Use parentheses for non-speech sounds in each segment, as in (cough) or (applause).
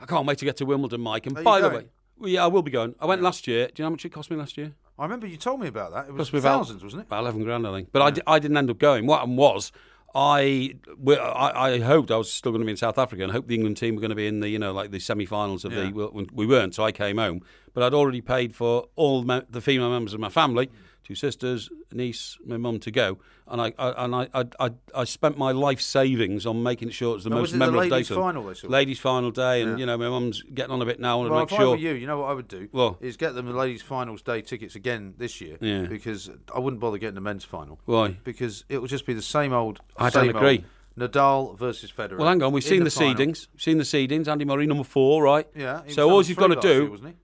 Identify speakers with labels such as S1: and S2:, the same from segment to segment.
S1: I can't wait to get to Wimbledon, Mike. And
S2: Are you
S1: by the
S2: going?
S1: way, well, yeah, I will be going. I went last year. Do you know how much it cost me last year?
S2: I remember you told me about that. It was
S1: Cost me about-
S2: thousands, wasn't it?
S1: About eleven grand, I think. But I di- I, didn't end up going. What happened was, I, we- I I hoped I was still going to be in South Africa and hoped the England team were going to be in the you know like the semi-finals of
S2: Yeah.
S1: the. well, when We weren't, so I came home. But I'd already paid for all me- the female members of my family, two sisters, niece, my mum to go, and I, I and I, I I I spent my life savings on making sure it was the
S2: Now,
S1: most
S2: was it the
S1: memorable day.
S2: ladies'
S1: to them.
S2: final they saw?
S1: Ladies' final day, and you know my mum's getting on a bit now, and
S2: Well,
S1: make
S2: if I
S1: sure.
S2: were you, you know what I would do
S1: Well.
S2: is get them the ladies' finals day tickets again this year.
S1: Yeah.
S2: Because I wouldn't bother getting the men's final.
S1: Why?
S2: Because it will just be the same old.
S1: I don't
S2: same
S1: agree.
S2: Old. Nadal versus Federer.
S1: Well, hang on. We've
S2: in
S1: seen the,
S2: final.
S1: seedings. We've seen the seedings. Andy Murray, number four, right?
S2: Yeah. he was
S1: So all
S2: number
S1: you've got to
S2: three last year,
S1: do,
S2: wasn't he?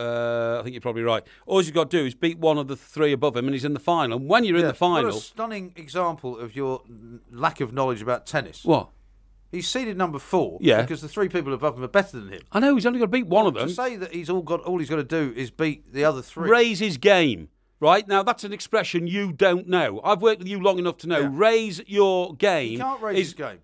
S1: uh, I think you're probably right. All you've got to do is beat one of the three above him, and he's in the final. And when you're in
S2: Yeah,
S1: the final,
S2: What a stunning example of your n- lack of knowledge about tennis.
S1: what?
S2: He's seeded number four.
S1: Yeah.
S2: Because the three people above him are better than him.
S1: I know he's only got to beat one of them.
S2: To say that he's all got all he's got to do is beat the other three.
S1: Raise his game. Right now, that's an expression you don't know. I've worked with you long enough to know.
S2: Yeah.
S1: Raise your game.
S2: he can't raise
S1: is-
S2: his game.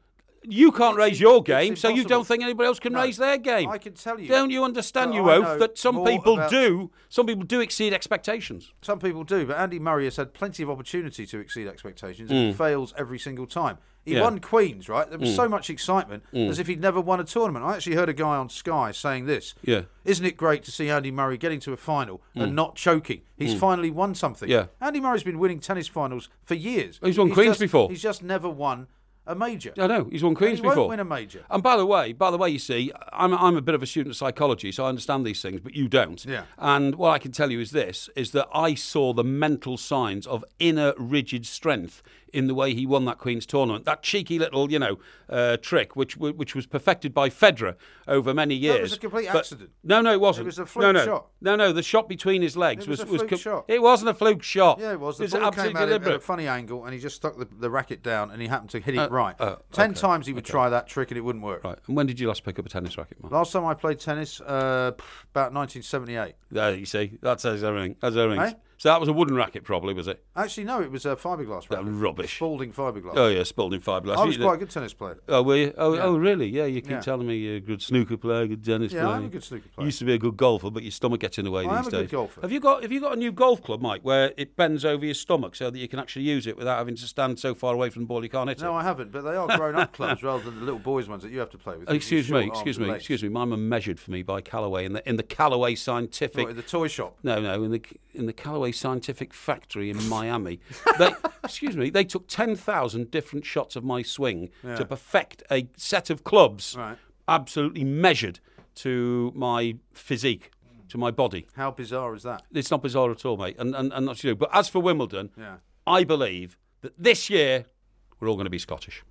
S1: You can't
S2: It's-
S1: raise your
S2: it's
S1: game, so you
S2: impossible.
S1: don't think anybody else can
S2: No.
S1: raise their game.
S2: I can tell you.
S1: Don't you understand,
S2: that
S1: you
S2: I know
S1: oaf, that some
S2: more
S1: people
S2: about-
S1: do? Some people do exceed expectations.
S2: Some people do, but Andy Murray has had plenty of opportunity to exceed expectations and fails every single time. He
S1: Mm. Yeah. Mm.
S2: won Queens, right? There was so much excitement as if he'd never won a tournament. I actually heard a guy on Sky saying this.
S1: Yeah. Mm.
S2: Isn't it great to see Andy Murray getting to a final and not choking? He's finally won something.
S1: Yeah.
S2: Andy Murray's been winning tennis finals for years.
S1: He's won Queens
S2: just-
S1: before.
S2: He's just never won a major.
S1: I know he's won Queens
S2: he won't
S1: before.
S2: win a major.
S1: And by the way, by the way, you see, I'm I'm a bit of a student of psychology, so I understand these things, but you don't.
S2: Yeah.
S1: And what I can tell you is this: is that I saw the mental signs of inner rigid strength in the way he won that Queen's tournament. That cheeky little, you know, uh, trick, which which was perfected by Federer over many years.
S2: it was a complete
S1: But-
S2: accident.
S1: No, no, it wasn't.
S2: was a
S1: no,
S2: fluke
S1: no.
S2: shot.
S1: No, no, the shot between his legs
S2: It was a fluke shot.
S1: It wasn't a fluke shot.
S2: Yeah, it was. The
S1: it was
S2: ball
S1: absolutely
S2: came at him at
S1: deliberate. Uh,
S2: a funny angle, and he just stuck the, the racket down, and he happened to hit it right. Ten times he would try that trick, and it wouldn't work.
S1: Right. And when did you last pick up a tennis racket, Mark?
S2: Last time I played tennis, uh, pff, about 1978.
S1: There you see, that says everything. That's everything.
S2: Eh?
S1: So that was a wooden racket, probably, was it?
S2: Actually, no, it was a fiberglass racket.
S1: rubbish.
S2: Spalding fiberglass.
S1: Oh yeah, Spalding fiberglass.
S2: I was
S1: You-
S2: quite a good tennis player.
S1: Oh, were you? Oh, oh, really? Yeah, you keep
S2: Yeah.
S1: telling me you're a good snooker player, good tennis
S2: Yeah,
S1: player.
S2: I'm a good snooker player.
S1: Used to be a good golfer, but your stomach gets in the way
S2: I am
S1: these
S2: a good
S1: days.
S2: golfer.
S1: Have you got Have you got a new golf club, Mike, where it bends over your stomach so that you can actually use it without having to stand so far away from the ball you can't hit
S2: No,
S1: it?
S2: I haven't, but they are grown-up clubs rather than the little boys' ones that you have to play with.
S1: Oh, excuse me, excuse me, excuse me. Mine were measured for me by Callaway in the in the Callaway Scientific
S2: In the toy shop.
S1: No, no, in the in the Callaway Scientific Factory in Miami.
S2: (laughs)
S1: They, excuse me, they took ten thousand different shots of my swing to perfect a set of clubs,
S2: Right.
S1: absolutely measured to my physique, to my body.
S2: How bizarre is that?
S1: It's not bizarre at all, mate, and and, and that's you. But as for Wimbledon,
S2: Yeah.
S1: I believe that this year we're all going to be Scottish.